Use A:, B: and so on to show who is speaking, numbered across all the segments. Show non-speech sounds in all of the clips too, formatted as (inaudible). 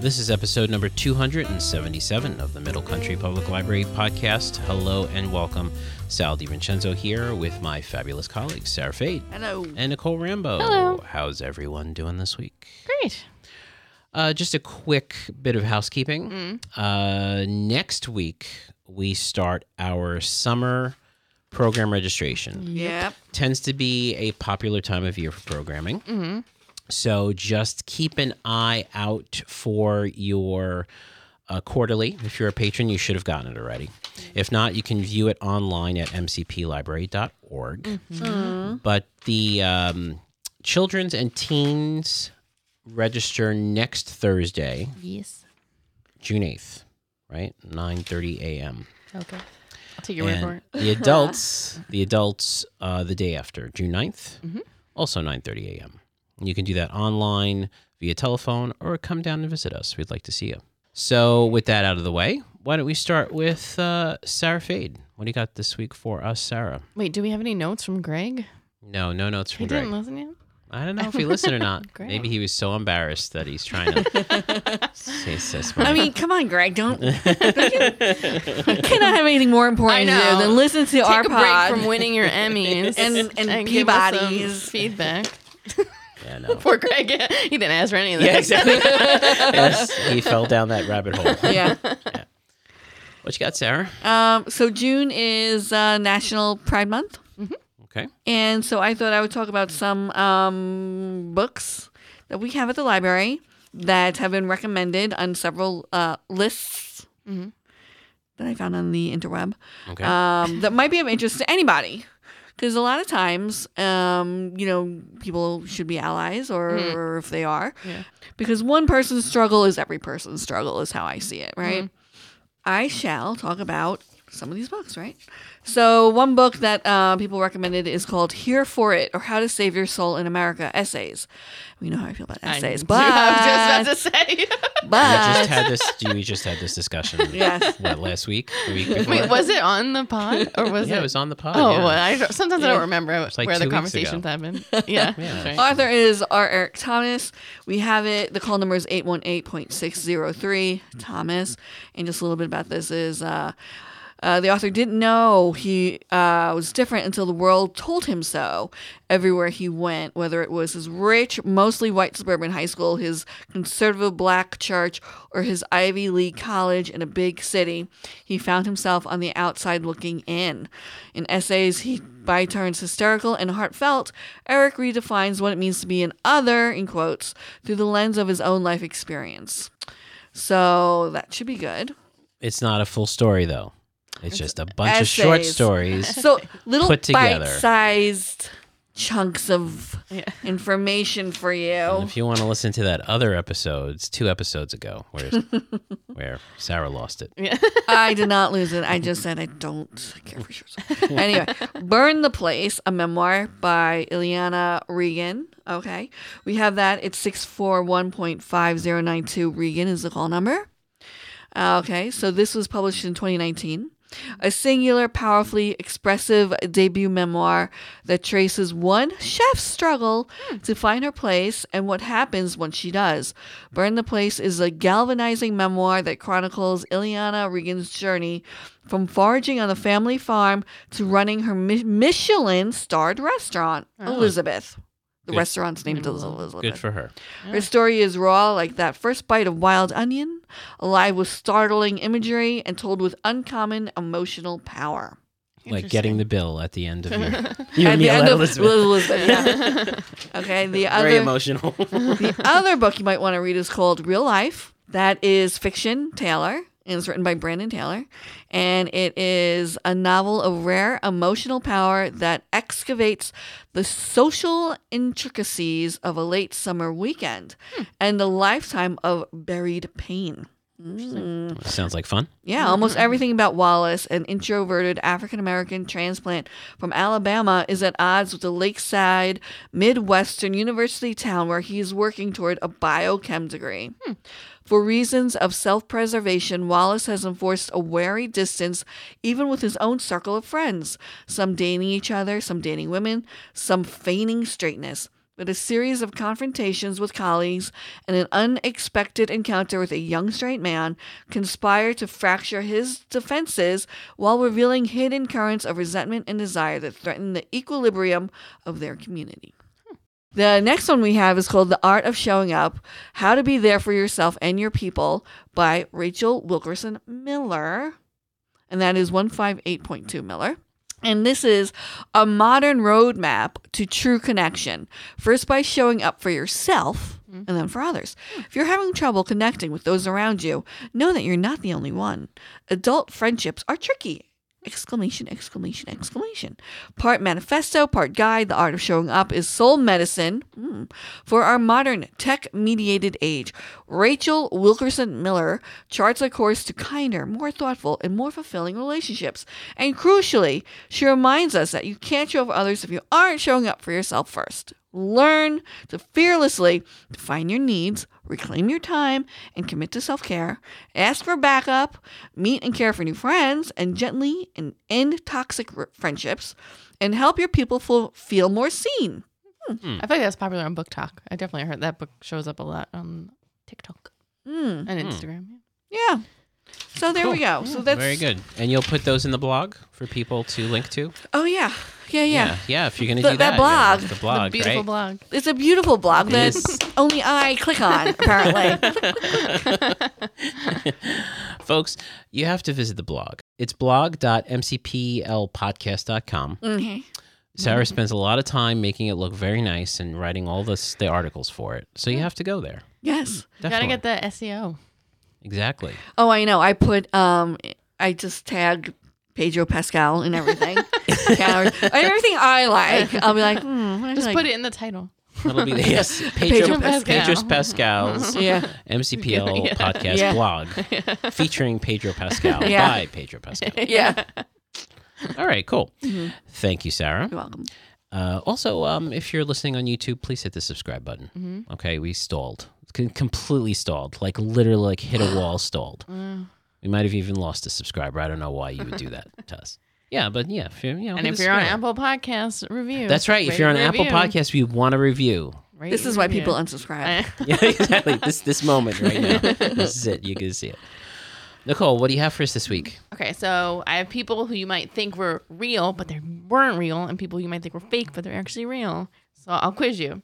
A: This is episode number 277 of the Middle Country Public Library podcast. Hello and welcome. Sal DiVincenzo here with my fabulous colleagues, Sarah Fade
B: Hello.
A: and Nicole Rambo.
C: Hello.
A: How's everyone doing this week?
C: Great.
A: Uh, just a quick bit of housekeeping.
C: Mm.
A: Uh, next week, we start our summer program registration.
B: Yep.
A: Tends to be a popular time of year for programming.
C: Mm-hmm.
A: So just keep an eye out for your uh, quarterly. If you're a patron, you should have gotten it already. If not, you can view it online at mcplibrary.org. But the um, children's and teens register next Thursday,
C: Yes.
A: June 8th, right? 9.30 a.m.
C: Okay. I'll take your word for
A: And
C: it.
A: the adults, the adults, uh, the day after, June 9th,
C: Mhm.
A: also 9.30 a.m. You can do that online, via telephone, or come down and visit us. We'd like to see you. So with that out of the way, why don't we start with uh, Sarah Fade. What do you got this week for us, Sarah?
C: Wait, do we have any notes from Greg?
A: No, no notes
C: He
A: from Greg.
C: didn't listen yet.
A: I don't know if he listened or not.
C: Greg.
A: Maybe he was so embarrassed that he's trying to say so smart.
B: I mean, come on, Greg.
C: (laughs)
B: Don't. I cannot have anything more important to
C: I
B: do
C: know.
B: than listen to
C: Take
B: our
C: a
B: pod.
C: break from winning your Emmys
B: And- and
C: give us some
B: Peabody's.
C: feedback.
A: yeah, no. (laughs)
C: Poor Greg. (laughs) he didn't ask for any of that.
A: Yeah, exactly. yes, he fell down that rabbit hole.
B: (laughs) yeah.
A: What you got, Sarah?
B: Um, so June is uh, National Pride Month,
A: Okay.
B: and so I thought I would talk about some um, books that we have at the library that have been recommended on several uh, lists
C: Mhm.
B: that I found on the interweb.
A: Okay.
B: um, that might be of interest to anybody. Because a lot of times, um, you know, people should be allies, or,
C: Mm.
B: or if they are,
C: Yeah.
B: because one person's struggle is every person's struggle, is how I see it,
C: Hmm.
B: right? I shall talk about some of these books, right? So, one book that uh, people recommended is called Here for It or How to Save Your Soul in America Essays. We know how I feel about
C: I (laughs)
B: essays,
C: knew-
B: but.
C: I was just about to say. (laughs)
A: we just
B: but
A: had this. We just had this discussion.
B: (laughs) Yes.
A: What last week? The week before?
C: Wait, was it on the pod or was
A: yeah, it
C: it?
A: was on the pod.
C: oh,
A: yeah.
C: well, I don't- sometimes I
B: Yeah.
C: don't remember
A: like
C: where
A: two
C: the
A: weeks
C: conversations
A: ago.
C: happened. (laughs) Yeah.
A: Yeah.
C: that's right.
B: Author is R. Eric Thomas. We have it. The call number is 818.603 Thomas. And just a little bit about this is uh, uh, the author didn't know he uh, was different until the world told him so. Everywhere he went, whether it was his rich, mostly white suburban high school, his conservative black church, or his Ivy League college in a big city, he found himself on the outside looking in. In essays, he by turns hysterical and heartfelt, Eric redefines what it means to be an other, in quotes, through the lens of his own life experience. So that should be good.
A: It's not a full story though. It's just a bunch of short
B: essays. (laughs)
A: stories.
B: So little
A: Put together.
B: bite-sized chunks of
C: Yeah.
B: information for
A: And
B: you.
A: if you want to listen to that other episode, it's two episodes ago where where Sarah lost it.
B: I did not lose it. I just said I don't care for short stories. Anyway, Burn the Place, a memoir by Ileana Regan. Okay. We have that. It's 641.5092. Regan is the call number. Uh, Okay, so this was published in 2019. A singular, powerfully expressive debut memoir that traces one chef's struggle to find her place and what happens when she does. Burn the Place is a galvanizing memoir that chronicles Ileana Regan's journey from foraging on the family farm to running her Mi- Michelin starred restaurant,
C: Oh.
B: Elizabeth. The
A: Good.
B: restaurant's name is
C: Elizabeth.
B: Elizabeth.
A: Good for her.
B: Her story is raw, like that first bite of wild onion, alive with startling imagery and told with uncommon emotional power.
A: Like getting the bill at the end of
C: (laughs)
A: your,
B: At
A: your
B: the
A: meal
B: end
A: at
B: of
A: Elizabeth. (laughs)
B: Elizabeth, yeah. okay, the
A: Very
B: other
A: emotional.
B: the other book you might want to read is called Real Life. That is fiction, Taylor, and it's written by Brandon Taylor, and it is a novel of rare emotional power that excavates the social intricacies of a late summer weekend and the lifetime of buried pain. Mm.
A: Sounds like fun.
B: Yeah, almost everything about Wallace, an introverted African American transplant from Alabama, is at odds with the lakeside Midwestern university town where he is working toward a biochem degree. For reasons of self preservation, Wallace has enforced a wary distance even with his own circle of friends, some dating each other, some dating women, some feigning straightness. but a series of confrontations with colleagues and an unexpected encounter with a young straight man conspire to fracture his defenses while revealing hidden currents of resentment and desire that threaten the equilibrium of their community. The next one we have is called The Art of Showing Up How to Be There for Yourself and Your People by Rachel Wilkerson Miller. And that is 158.2 Miller. And this is a modern roadmap to true connection. First, by showing up for yourself and then for others. If you're having trouble connecting with those around you, know that you're not the only one. Adult friendships are tricky. Exclamation, exclamation, exclamation. Part manifesto, part guide, the art of showing up is soul medicine mm, for our modern tech mediated age. Rachel Wilkerson Miller charts a course to kinder, more thoughtful, and more fulfilling relationships. And crucially, she reminds us that you can't show up for others if you aren't showing up for yourself first. Learn to fearlessly define your needs, reclaim your time, and commit to self care. Ask for backup, meet and care for new friends, and gently and end toxic r- friendships, and help your people feel, feel more seen.
C: I feel like that's popular on Book Talk. I definitely heard that book shows up a lot on TikTok
B: Mm,
A: Hmm.
C: and Instagram.
B: yeah. So there we go. So that's
A: Very good. And you'll put those in the blog for people to link to?
B: Oh yeah, yeah, yeah.
A: Yeah, yeah, if you're going to
B: Th-
A: do that. you gotta
B: that
A: watch
B: blog.
A: the
C: The
A: blog,
C: beautiful
A: right?
C: blog.
B: It's a beautiful blog
A: It
B: that
A: is.
B: only I click on
A: (laughs)
B: apparently.
A: Folks, you have to visit the blog. It's blog.mcplpodcast.com.
B: Mhm.
A: Sarah spends a lot of time making it look very nice and writing all this, the articles for it. So you have to go there.
B: Yes.
C: You gotta get the E SEO.
A: Exactly.
B: Oh, I know. I put um, I just tag Pedro Pascal
A: (laughs)
B: and everything, Yeah, or- or everything I like. I'll be like, hmm, what do I
C: Just
B: like?
C: put it in the title.
A: That'll be the yes, Pedro,
B: Pedro
C: Pascal.
A: Pedro Pascal's
B: (laughs) Yeah.
A: MCPL
C: Yeah.
A: podcast
B: Yeah.
A: blog featuring Pedro Pascal
B: Yeah.
A: by Pedro Pascal.
B: (laughs) Yeah.
A: All right, cool. Thank you, Sarah.
B: You're welcome.
A: Uh, also, um, if you're listening on YouTube, please hit the subscribe button.
C: Mm-hmm.
A: Okay, we stalled, C- completely stalled, like literally, like hit
C: (sighs)
A: a wall, stalled.
C: Mm.
A: We might have even lost a subscriber. I don't know why you would do that to
C: (laughs)
A: us. Yeah, but yeah, if you're, you know,
C: And
A: hit
C: if
A: a
C: you're on
A: subscribe.
C: Apple Podcasts, review.
A: that's right. If
C: Rate
A: you're on
C: and
A: Apple
C: review.
A: Podcasts, we want a
C: (laughs)
A: review. (laughs)
C: Rate
B: This
C: and
B: is why
C: review.
B: people
C: (laughs)
B: unsubscribe.
A: Yeah, exactly. This this moment right now. This is it. You can see it. Nicole, what do you have for us this week?
C: Okay, so I have people who you might think were real, but they weren't real, and people you might think were fake, but they're actually real. So I'll quiz you.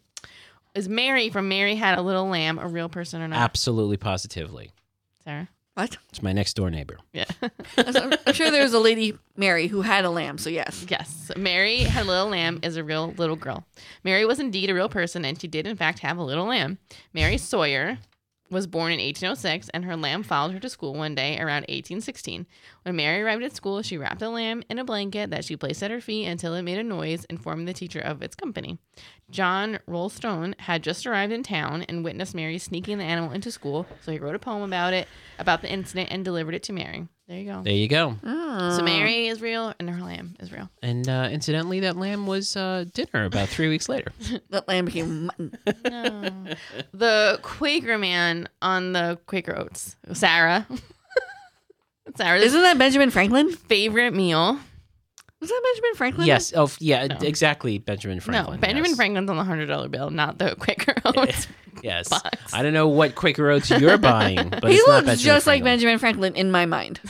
C: Is Mary from Mary Had a Little Lamb a real person or not?
A: Absolutely, positively.
C: Sarah?
A: (laughs)
B: What?
A: It's my next door neighbor.
C: Yeah.
B: I'm I'm sure there was a lady, Mary, who had a lamb. So yes.
C: yes. Mary Had a Little Lamb is a real little girl. Mary was indeed a real person, and she did, in fact, have a little lamb. Mary Sawyer was born in 1806, and her lamb followed her to school one day around 1816. When Mary arrived at school, she wrapped the lamb in a blanket that she placed at her feet until it made a noise, informing the teacher of its company. John Rollstone had just arrived in town and witnessed Mary sneaking the animal into school, so he wrote a poem about it, about the incident, and delivered it to Mary. There you go.
A: There you go. Ah.
B: Mm.
C: So Mary is real, and her lamb is real.
A: And uh, incidentally, that lamb was uh, dinner about three weeks later.
B: That lamb
A: (laughs)
B: became mutton.
C: the Quaker man on the Quaker Oats, Sarah. (laughs) Sarah's
B: Isn't that Benjamin Franklin?
C: favorite meal.
B: Was that Benjamin Franklin?
A: yes. Oh, yeah. Exactly, Benjamin Franklin.
C: no, Benjamin
A: yes.
C: Franklin's on the hundred dollar bill, not the
A: (laughs)
C: Quaker Oats.
A: Yes.
C: box.
A: I don't know what Quaker Oats you're buying, but
B: he
A: it's not
B: looks
A: Benjamin
B: just like
A: Franklin.
B: Benjamin Franklin in
A: (laughs)
B: my mind,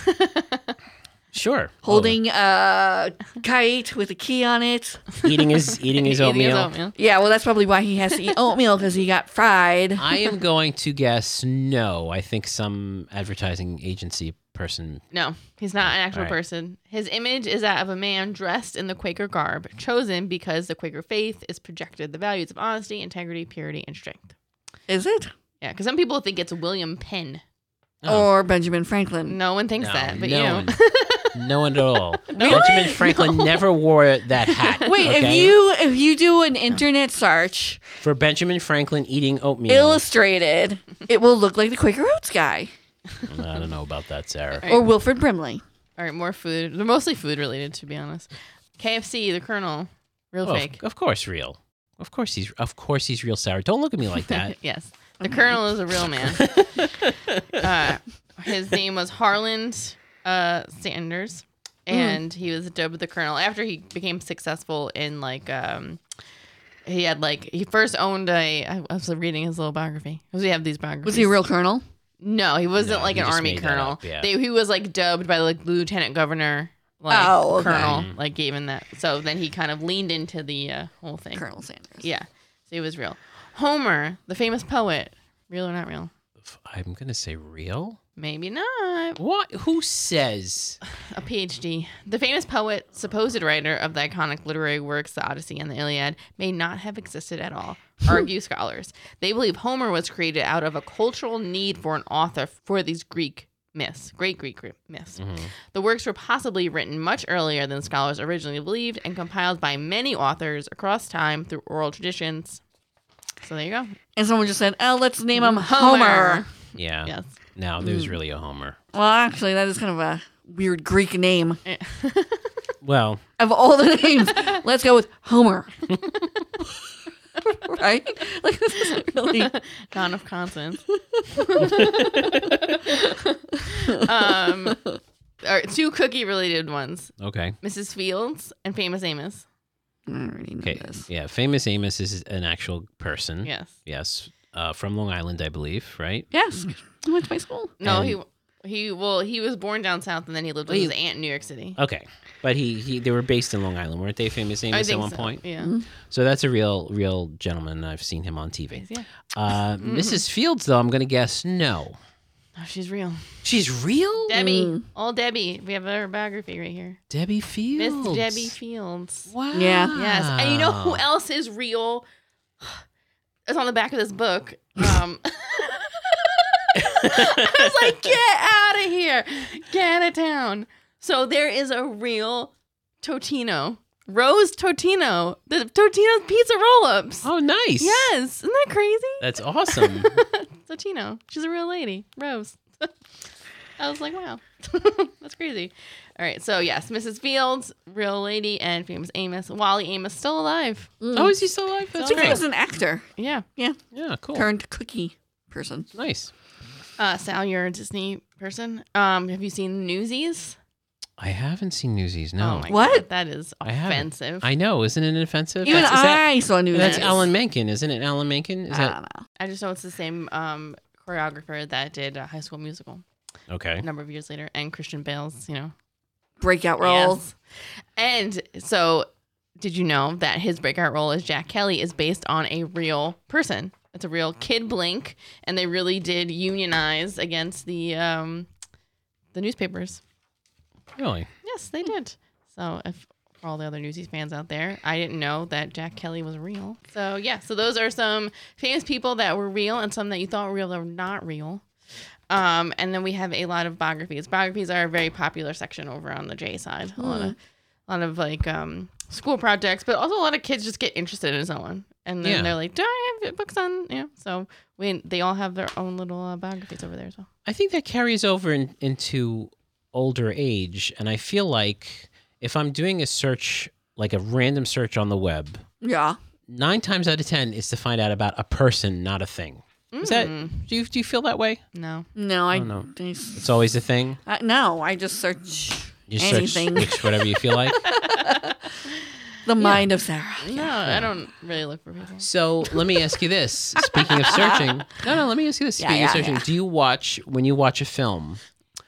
A: Sure.
B: holding a kite with a key on it.
A: eating his eating his
C: Eating his
A: oatmeal.
C: oatmeal.
B: Yeah, well, that's probably why he has to eat oatmeal because he got fried.
A: I am going to guess no. I think some advertising agency person.
C: No, he's not an actual
A: All right.
C: person. His image is that of a man dressed in the Quaker garb, chosen because the Quaker faith is projected the values of honesty, integrity, purity, and strength.
B: Is it?
C: Yeah, because some people think it's William Penn.
A: Oh.
B: Or Benjamin Franklin?
C: No one thinks
A: No,
C: that, but
A: no
C: you.
A: one. No one at all. Benjamin Franklin never wore that hat.
B: (laughs) Wait, if
A: okay?
B: you if you do an internet search
A: for Benjamin Franklin eating oatmeal,
B: illustrated, it will look like the Quaker Oats guy
A: I don't know about that, Sarah.
C: Right.
B: or Wilfred Brimley.
C: All right, more food. They're mostly food related, to be honest. KFC, the Colonel, real
A: Oh,
C: fake.
A: Of, of course, real. Of course he's of course he's real, Sarah. Don't look at me like that.
C: yes, the Colonel is a real man.
B: (laughs)
C: uh, his name was Harland uh, Sanders,
B: Mm.
C: and he was dubbed the Colonel after he became successful in like um, He had like he first owned a. I was reading his little biography. Because we have these biographies.
B: Was he a real colonel?
C: No, he wasn't
A: No,
C: like
A: he
C: an
A: just
C: army
A: made that
C: colonel.
A: up, yeah.
C: They, he was like dubbed by like lieutenant governor, like
B: Oh, okay.
C: colonel,
A: Mm-hmm.
C: like gave him that. So then he kind of leaned into the uh, whole thing.
B: Colonel Sanders.
C: Yeah, so he was real. Homer, the famous poet, real or not real?
A: I'm gonna say real.
C: Maybe not.
A: What? Who says?
C: a PhD. The famous poet, supposed writer of the iconic literary works The Odyssey and the Iliad, may not have existed at all, argue scholars. They believe Homer was created out of a cultural need for an author for these Greek myths, great Greek gr- myths. The works were possibly written much earlier than scholars originally believed and compiled by many authors across time through oral traditions. So there you go.
B: And someone just said, "Oh, let's name him Homer."
A: (laughs) Yeah.
C: Yes.
A: No, there's really a Homer.
B: Well, actually, that is kind of a weird Greek name.
A: Well,
B: Of all the (laughs) names, let's go with Homer. (laughs) right? Like this is
A: (laughs)
B: really
C: Not enough consonants. um, or two cookie related ones
A: okay.
C: Mrs. Fields and Famous Amos.
B: I already know
A: Okay.
B: this.
A: Yeah. Famous Amos is an actual person.
C: Yes.
A: Yes. Uh, from Long Island, I believe. Right.
B: Yes. I went to my school.
C: No,
A: And-
C: he he well he was born down south and then he lived with
A: Wait.
C: his aunt in New York City.
A: Okay. But he, he they were based in Long Island, weren't they? Famous Amos at one
C: so.
A: point.
C: Yeah.
A: So that's a real real gentleman. I've seen him on TV.
C: Yeah.
A: Uh,
C: Mm-hmm.
A: Mrs. Fields, though, I'm gonna guess no.
C: Oh, she's real.
A: She's real.
C: Debbie. All Debbie. We have her biography right here.
A: Debbie Fields.
C: Miss Debbie Fields.
A: Wow.
B: Yeah.
C: Yes. And you
A: (laughs)
C: know who else is real? (sighs) It's on the back of this book. Um, I was like, get out of here. Get out of town. So there is a real Totino. Rose Totino. The Totino's pizza roll ups.
A: Oh, nice.
C: Yes. Isn't that crazy?
A: That's
C: (laughs)
A: awesome.
C: Totino. She's a real lady. Rose. (laughs) I was like, wow. (laughs) That's crazy. All right. So, yes, Mrs. Fields, real lady, and famous Amos. Wally Amos still alive.
A: oh, is he still alive? That's
B: I think
A: great.
B: he Mm. was an actor.
C: Yeah.
B: Yeah.
A: Yeah, cool.
B: Turned cookie person.
A: Nice.
C: Uh, Sal, you're a Disney person. Um, have you seen Newsies?
A: I haven't seen Newsies. No.
C: Oh my
B: What?
C: God, that is
A: I haven't.
C: offensive. I,
A: I know. Isn't it offensive?
B: Even
A: that's, is that-
B: I saw news.
A: that's Alan Menken, isn't it? Alan Menken. Is
B: I
A: that
B: don't know.
C: just know it's the same um, choreographer that did uh, High School Musical a
A: okay?
C: number of years later, and Christian Bale's, you know,
B: Breakout role.
C: Yes. And so, did you know that his breakout role as Jack Kelly is based on a real person? It's a real kid blink, and they really did unionize against the um, the newspapers.
A: Really?
C: Yes, they did. So if for all the other Newsies fans out there, I didn't know that Jack Kelly was real. So yeah, so those are some famous people that were real and some that you thought were real that were not real. Um, and then we have a lot of biographies. Biographies are a very popular section over on the J side. A lot of a lot of like um, school projects, but also a lot of kids just get interested in someone. And then
A: Yeah.
C: they're like, Do I have books on you know? So we they all have their own little uh, biographies over there as well.
A: I think that carries over in, into older age, and I feel like if I'm doing a search, like a random search on the web,
B: Yeah.
A: nine times out of ten is to find out about a person, not a thing. Is that?
C: Mm.
A: Do you do you feel that way?
C: No.
B: No, I,
A: don't know.
B: I-
A: It's always a thing.
B: I- no, I just search
A: You search,
B: anything.
A: search whatever you feel like.
B: the mind of Sarah.
C: No, I don't really look for people.
A: So let me ask you this. Speaking of searching, no, no, let me ask you this. Speaking
B: yeah,
A: of searching,
B: yeah.
A: do you watch when you watch a film?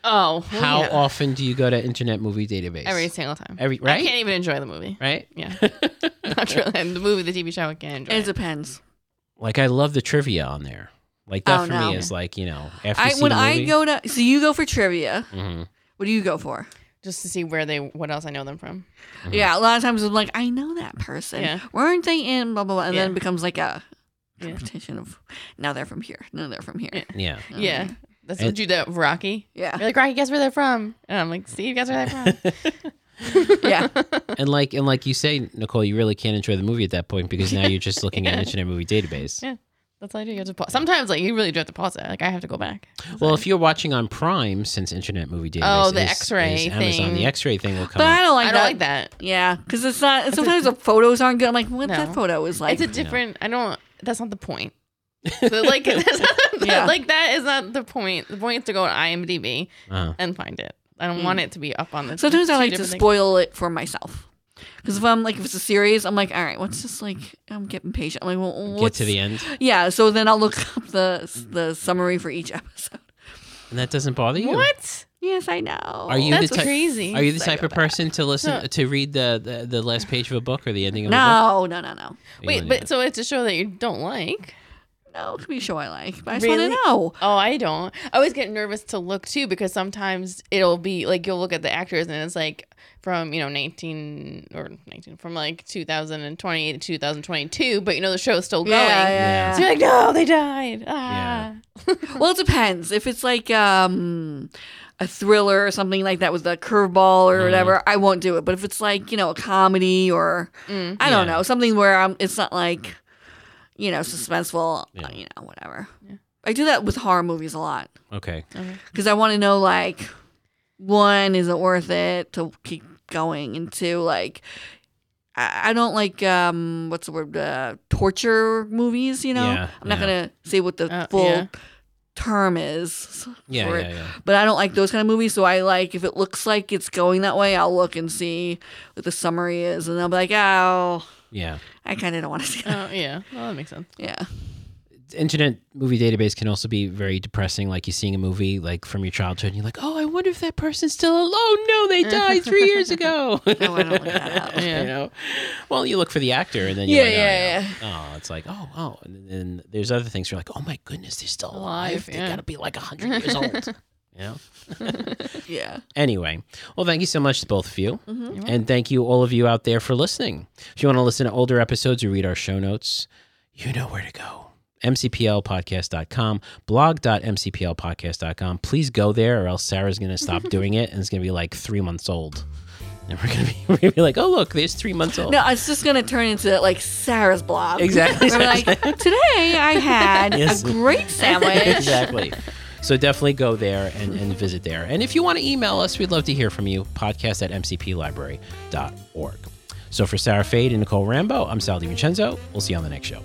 C: Oh,
A: How
C: yeah.
A: often do you go to Internet Movie Database?
C: Every single time.
A: Every-
C: I
A: right?
C: can't even enjoy the movie.
A: right?
C: Yeah. (laughs) Not really. And the movie, the TV show, I can't enjoy.
B: It
C: It.
B: depends.
A: Like I love the trivia on there. Like that
B: Oh,
A: for
B: no.
A: me is like you know after you
B: I
A: see
B: when
A: the
B: I
A: movie-
B: go to so you go for trivia.
A: Mhm.
B: What do you go for?
C: Just to see where they, what else I know them from.
B: Yeah, a lot of times I'm like, I know that person.
C: Yeah.
B: Weren't they in blah blah blah? And then
C: Yeah.
B: it becomes like a
C: Yeah.
B: repetition of now they're from here, now they're from here. Yeah.
A: yeah.
C: Yeah. That's what you do with Rocky.
B: Yeah. (laughs)
C: You're like, Rocky, guess where they're from? And I'm like, Steve, guess where they're (laughs) from?
A: and like and like you say, Nicole, you really can't enjoy the movie at that point because now you're just looking at Internet Movie Database.
C: yeah. That's all I do. You have to pause. Sometimes, like, you really do have to pause it. Like, I have to go back.
A: Well, if you're watching on Prime, since Internet Movie Database,
C: Oh, the
A: is-
C: X-ray
A: is Amazon,
C: thing.
A: the X-ray thing will come.
B: But I
A: up.
B: don't like
C: I
B: that.
C: don't like that.
B: Yeah, because it's not. sometimes the photos aren't good. I'm like, what
C: No.
B: that photo is like.
C: It's a different, I don't, that's not the (laughs) point. So, like, (laughs) that's not,
B: Yeah.
C: like, that is not the point. The point is to go to IMDb
A: Uh-huh.
C: and find it. I don't want it to be up on the
B: sometimes I
C: two
B: like to
C: different things.
B: spoil it for myself. Because if I'm like, if it's a series, I'm like, all right, what's this like? I'm getting patient. I'm like, well,
A: Get
B: what's,
A: to the end,
B: yeah. So then I'll look (laughs) up the the summary for each (laughs) episode.
A: and that doesn't bother you.
C: What?
B: Yes, I know.
A: Are
B: (laughs)
A: you
C: That's
A: the type,
C: crazy.
A: Are you the type of
B: Psychopath.
A: person to listen
C: No.
A: to read the, the the last page of a book or the ending of a book?
B: No, no, no, no,
A: You
C: Wait,
A: wouldn't do
C: but so it's a show that you don't like.
B: no. It could be a show I like, but I just
C: Really?
B: want to know.
C: Oh, I don't. I always get nervous to look too because sometimes it'll be like you'll look at the actors and it's like from you know 19 or 19 from like 2020 to 2022, but you know the show's still going.
A: Yeah.
B: Yeah, yeah.
C: So you're like, no, they died. Ah.
B: Well, it depends. If it's like um a thriller or something like that with a curveball
A: Mm-hmm.
B: or whatever, I won't do it. But if it's like you know a comedy or
C: Mm.
B: I don't
A: Yeah.
B: know something where I'm, it's not like you know suspenseful,
A: Yeah.
B: you know whatever.
C: Yeah.
B: I do that with horror movies a lot
A: Okay.
C: Okay.
B: because I want to know like one is it worth it to keep going and two like. I I don't like um what's the word uh, torture movies. You know,
A: Yeah,
B: I'm not
A: yeah.
B: gonna say what the
C: Uh,
B: full
C: yeah.
B: term is
A: Yeah,
B: for it.
A: yeah, yeah.
B: But I don't like those kind of movies, so I like if it looks like it's going that way, I'll look and see what the summary is, and I'll be like, oh,
A: Yeah.
B: I kind of don't want to see that.
C: Oh yeah, well that makes sense.
B: (laughs) Yeah,
A: Internet movie database can also be very depressing. Like you're seeing a movie like from your childhood, and you're like, "Oh, I wonder if that person's still alone. No,
C: (laughs)
A: they died three years ago." (laughs)
B: no, Oh, I don't look that up.
C: Oh, Yeah.
A: you know, well, you look for the actor, and then
B: Yeah,
A: you're like,
B: yeah,
A: oh, Oh, it's like, oh, oh, and then there's other things. You're like, oh my goodness, they're still alive.
C: Alive,
A: They
C: yeah.
A: gotta be like hundred years
C: (laughs)
A: old. You know.
B: Yeah,
A: Anyway, well, thank you so much to both of you.
B: Mhm.
C: You're
A: And thank you, all of you out there, for listening. If you want to listen to older episodes or read our show notes, you know where to go mcplpodcast.com, blog.mcplpodcast.com. Please go there, or else Sarah's going to stop doing it and it's going to be like three months old. And we're going to be, (laughs) we're gonna be like, oh, look, there's three months old.
B: no, it's just gonna turn into like Sarah's blog.
A: Exactly.
B: Where I'm like, today I had
A: Yes.
B: a great sandwich.
A: (laughs) exactly. So definitely go there and, and visit there. And if you want to email us, we'd love to hear from you. Podcast at mcplibrary.org. So for Sarah Fade and Nicole Rambo, I'm Sal DiVincenzo. We'll see you on the next show.